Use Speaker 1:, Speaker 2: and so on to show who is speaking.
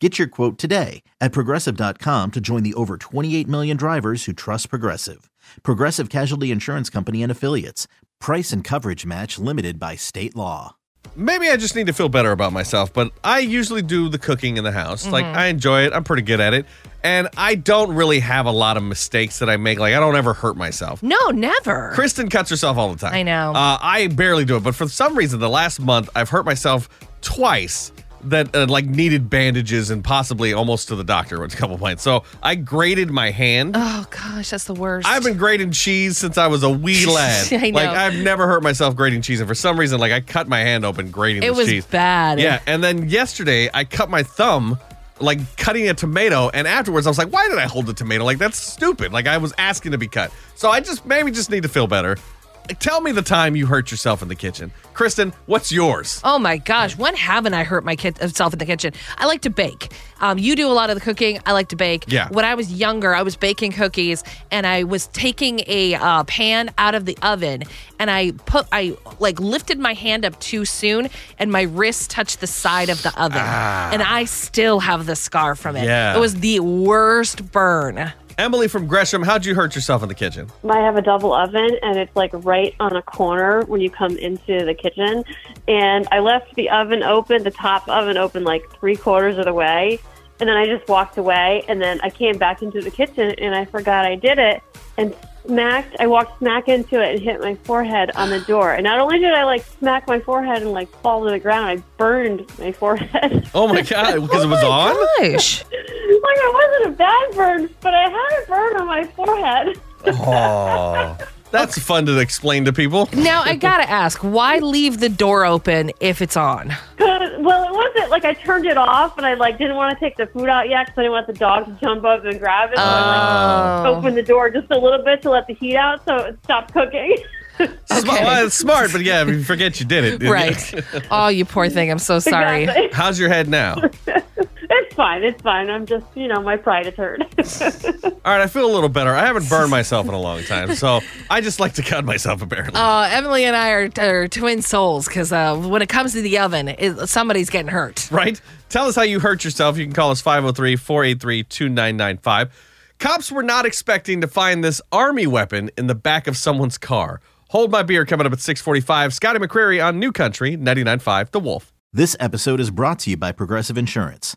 Speaker 1: Get your quote today at progressive.com to join the over 28 million drivers who trust Progressive. Progressive Casualty Insurance Company and Affiliates. Price and coverage match limited by state law.
Speaker 2: Maybe I just need to feel better about myself, but I usually do the cooking in the house. Like,
Speaker 3: Mm-hmm.
Speaker 2: I enjoy it, I'm pretty good at it. And I don't really have a lot of mistakes that I make. Like, I don't ever hurt myself.
Speaker 3: No, never.
Speaker 2: Kristen cuts herself all the time.
Speaker 3: I know.
Speaker 2: Uh, I barely do it, but for some reason, the last month I've hurt myself twice. That uh, like needed bandages and possibly almost to the doctor with a couple pints. So I grated my hand.
Speaker 3: oh gosh, that's the worst.
Speaker 2: I've been grating cheese since I was a wee lad.
Speaker 3: I know.
Speaker 2: Like I've never hurt myself grating cheese, and for some reason, like I cut my hand open grating
Speaker 3: It
Speaker 2: this
Speaker 3: was
Speaker 2: cheese.
Speaker 3: bad.
Speaker 2: Yeah, and then yesterday I cut my thumb, like cutting a tomato, and afterwards I was like, why did I hold the tomato? Like that's stupid. Like I was asking to be cut. So I just maybe just need to feel better. Tell me the time you hurt yourself in the kitchen, Kristen. What's yours?
Speaker 3: Oh my gosh, when haven't I hurt my kid- uh, self in the kitchen? I like to bake. Um, you do a lot of the cooking. I like to bake.
Speaker 2: Yeah.
Speaker 3: When I was younger, I was baking cookies, and I was taking a uh, pan out of the oven, and I put I like lifted my hand up too soon, and my wrist touched the side of the oven, and I still have the scar from it.
Speaker 2: Ah. Yeah.
Speaker 3: It was the worst burn.
Speaker 2: Emily from Gresham, how'd you hurt yourself in the kitchen?
Speaker 4: I have a double oven and it's like right on a corner when you come into the kitchen. And I left the oven open, the top oven open like three quarters of the way. And then I just walked away and then I came back into the kitchen and I forgot I did it and smacked, I walked smack into it and hit my forehead on the door. And not only did I like smack my forehead and like fall to the ground, I burned my forehead.
Speaker 2: Oh my god, because it was on.
Speaker 3: Gosh.
Speaker 4: like it wasn't a bad burn, but I had a burn on my forehead.
Speaker 2: Oh, that's fun to explain to people.
Speaker 3: Now I gotta ask, why leave the door open if it's on?
Speaker 4: well, it wasn't like I turned it off, and I like didn't want to take the food out yet because I didn't want the dog to jump up and grab it. So I like, opened the door just a little bit to let the heat out, so it stopped cooking.
Speaker 2: Sma-
Speaker 3: Okay.
Speaker 2: well, it's smart, but yeah, if you forget you did it.
Speaker 3: Right. oh, you poor thing. I'm so sorry.
Speaker 4: Exactly.
Speaker 2: How's your head now?
Speaker 4: It's fine. It's fine. I'm just you know my pride is hurt.
Speaker 2: All right, I feel a little better. I haven't burned myself in a long time, so I just like to cut myself apparently.
Speaker 3: Uh, Emily and I are, are twin souls because uh, when it comes to the oven, it, somebody's getting hurt.
Speaker 2: right? Tell us how you hurt yourself. You can call us 503 483 2995. Cops were not expecting to find this army weapon in the back of someone's car. Hold my beer coming up at 645. Scotty McCreary on New Country 995 The Wolf.
Speaker 1: This episode is brought to you by Progressive Insurance.